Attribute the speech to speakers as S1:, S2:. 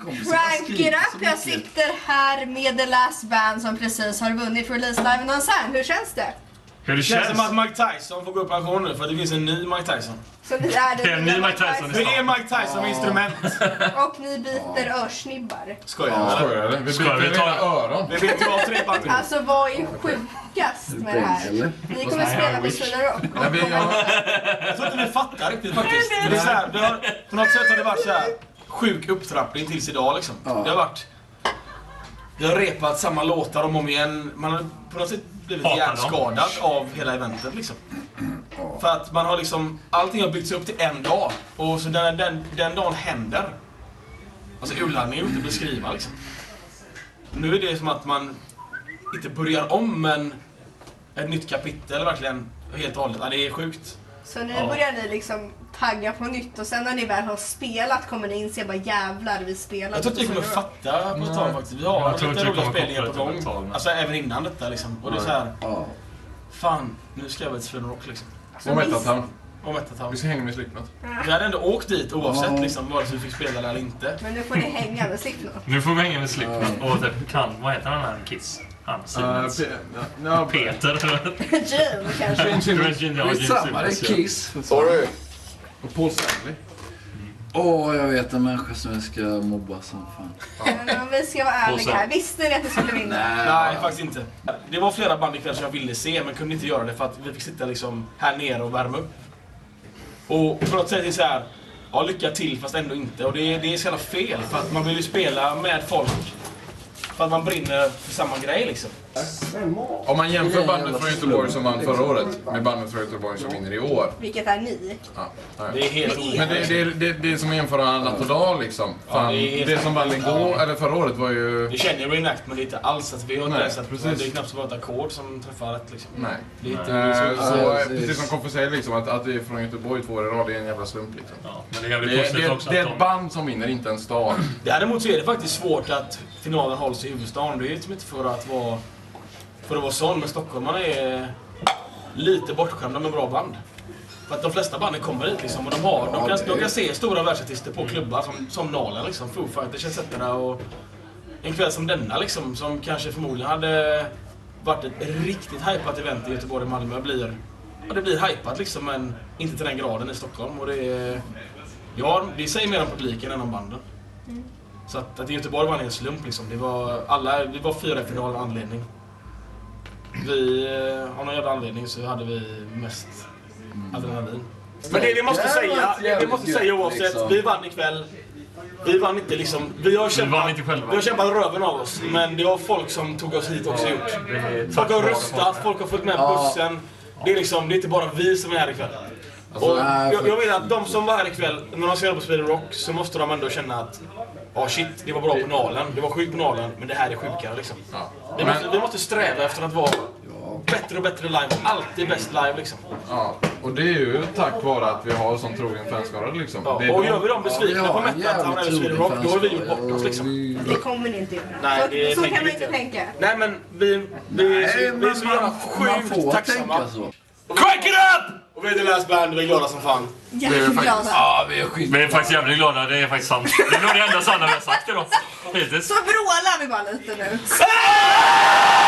S1: Crank it up! Jag sitter här med The Last Band som precis har vunnit Release Live in Unsigned. Hur känns det?
S2: Hur det
S3: Det känns
S2: känns?
S3: som att Mike Tyson får gå i pension nu för att det finns en ny Mike Tyson.
S1: Så ni är
S2: Det är en
S1: nya
S2: ny Mike Tyson.
S3: Hur är Mike Tyson med instrument?
S1: Och ni biter örsnibbar.
S3: Skojar du eller?
S4: Skojar du? Vi
S2: Skojar,
S4: byter
S2: vi tar-
S4: hela öron.
S3: Det vet jag tre band
S1: Alltså vad är sjukast med det här? Ni kommer spela på Sweden Rock.
S4: Nej, vi, jag,
S3: Jag tror inte vi fattar riktigt faktiskt. Det är så här, det har, på något sätt har det varit så här sjuk upptrappning tills idag liksom. Det har varit... Vi har repat samma låtar om och om igen. Man har på något sätt blivit
S2: Hatar dem.
S3: hjärnskadad av hela eventet liksom. För att man har liksom, allting har byggts upp till en dag. Och så den, den, den dagen händer. Alltså urladdning är ju inte att beskriva liksom. Nu är det som att man inte börjar om men ett nytt kapitel verkligen helt och hållet. Ja, det är sjukt.
S1: Så nu
S2: Ja.
S1: börjar ni liksom tagga på nytt och sen när ni väl har spelat kommer ni inse bara jävlar vi spelar.
S3: Jag tror inte vi
S1: på
S3: kommer
S1: Sweden Rock.
S3: fatta på ett tag faktiskt. Vi
S2: Jag
S3: har
S2: tror
S3: lite
S2: inte vi
S3: roliga
S2: kommer
S3: spelningar på
S2: koppla det till ett tag,
S3: gång.
S2: nej.
S3: Alltså även innan detta liksom. Och det är så här, fan nu ska jag väl till Sweden Rock liksom.
S1: Alltså,
S4: om
S1: visst-
S4: Metaltown.
S3: Om ett tag.
S4: Vi ska hänga med Slipknot.
S3: Vi hade ändå åkt dit oavsett liksom vare sig vi fick spela där eller inte.
S1: Men nu får ni hänga med Slipknot.
S2: Nu får vi hänga med Slipknot och typ kan, vad heter han här Kiss? Han,
S4: Uh,
S2: Simons.
S4: P- ja, P-
S2: Peter.
S1: Jim kanske.
S4: Gene
S2: Det
S4: Simmons.
S2: var genial,
S5: Det är
S2: Jim
S5: samma, det
S2: Simmons,
S5: är
S2: ja.
S5: Kiss. för fan.
S4: Sorry. Och Paul Stanley.
S5: Åh, jag vet en människa som jag ska mobba som fan.
S1: Men om vi ska vara ärliga här. Visste ni att ni skulle vinna?
S3: Nej, faktiskt inte. Det var flera band ikväll som jag ville se men kunde inte göra det för att vi fick sitta liksom här nere och värma upp. Och på något sätt är det så här, ja lycka till fast ändå inte. Och det, är- det är så jävla fel för att man vill ju spela med folk. För att man brinner för samma grej liksom.
S4: Om man jämför bandet från Göteborg som vann förra året med bandet från Göteborg som vinner i år.
S1: Vilket är ni?
S4: Ja, ja.
S3: Det är helt olika.
S4: Men det, det, det, det är som att jämföra natt och dag liksom. Fan,
S3: det är
S4: det,
S3: helt
S4: som vann igår, eller förra året var ju...
S3: Vi känner ju reenactment inte alls. Att vi har inte
S4: Nej,
S3: ens att
S4: precis.
S3: det är knappt så att ett ackord som träffar rätt liksom.
S4: Nej.
S3: Det är inte, det är
S4: Eh,
S3: så-
S4: Så
S5: Ja,
S4: eh, precis
S5: precis.
S4: som Koffe säger, liksom, att, att det är från Göteborg två år i rad, det är en jävla slump. Liksom.
S2: Ja, men det är
S4: Det,
S2: jävligt
S4: det,
S2: positivt
S4: det,
S2: också
S4: det
S2: att
S4: är ett
S2: de...
S4: band som vinner, inte en stad.
S3: Däremot så är det faktiskt svårt att finalen hålls i huvudstaden. Det är ju liksom inte för att vara, för att vara sån. Men stockholmarna är lite bortskämda med bra band. För att de flesta banden kommer hit liksom och de, har, de, kan, de kan se stora världsartister på klubbar som, som Nalen liksom, Foo Fighters etc. Och en kväll som denna liksom, som kanske förmodligen hade varit ett riktigt hypat event i Göteborg och Malmö blir, ja det blir hypat liksom men inte till den graden i Stockholm. Och det, är, ja, det säger mer om publiken än om banden. Så att, att Göteborg var en slump liksom. Det var, alla, vi var fyra i final av anledning. Vi, eh, av någon jävla anledning så hade vi mest adrenalin. Men det vi måste säga, det vi måste säga oavsett, vi vann ikväll. Vi vann inte liksom, vi har kämpat,
S2: vann inte själva.
S3: vi har kämpat röven av oss. Men det var folk som tog oss hit också gjort. Folk har röstat, folk har följt med bussen. Det är liksom, det är inte bara vi som är här ikväll.
S5: Alltså,
S3: och
S5: nej,
S3: jag, jag
S5: faktiskt
S3: menar att de som var här ikväll, när de spelar på Sweden Rock, så måste de ändå känna att Ja shit, det var bra på Nalen, det var sjukt på Nalen, men det här är sjukare liksom. Vi, måste, vi måste sträva efter att vara bättre och bättre live, alltid bäst live liksom.
S4: Ja. Och det är ju tack vare att vi har sån trogen fanskara. Liksom.
S3: Ja,
S4: Det är
S3: och
S4: de-
S3: gör vi dem besvikna på
S5: Ja, en
S3: Metaltown eller
S5: jävligt
S3: Sweden
S5: rolig
S3: Rock, då har vi gjort
S5: fanskara.
S3: bort oss liksom.
S5: Vi-
S1: Det kommer ni inte göra.
S3: Nej, det
S1: så så
S3: tänker
S1: kan
S3: vi
S1: man inte
S3: inte.
S1: tänka.
S3: Nej men vi, vi, är så-
S5: Nej,
S3: vi är
S5: men
S3: så jävla
S5: man, man
S3: sjukt
S5: får
S3: tacksamma.
S5: tänka så.
S3: Crank it up! Och vi är The Last Band, vi är glada som fan.
S1: Jätteglada.
S2: Vi är faktiskt jävligt glada, det är faktiskt sant. Det är nog det enda sanna vi har sagt idag. Hittills.
S1: Så vrålar vi bara lite nu.
S3: Ah!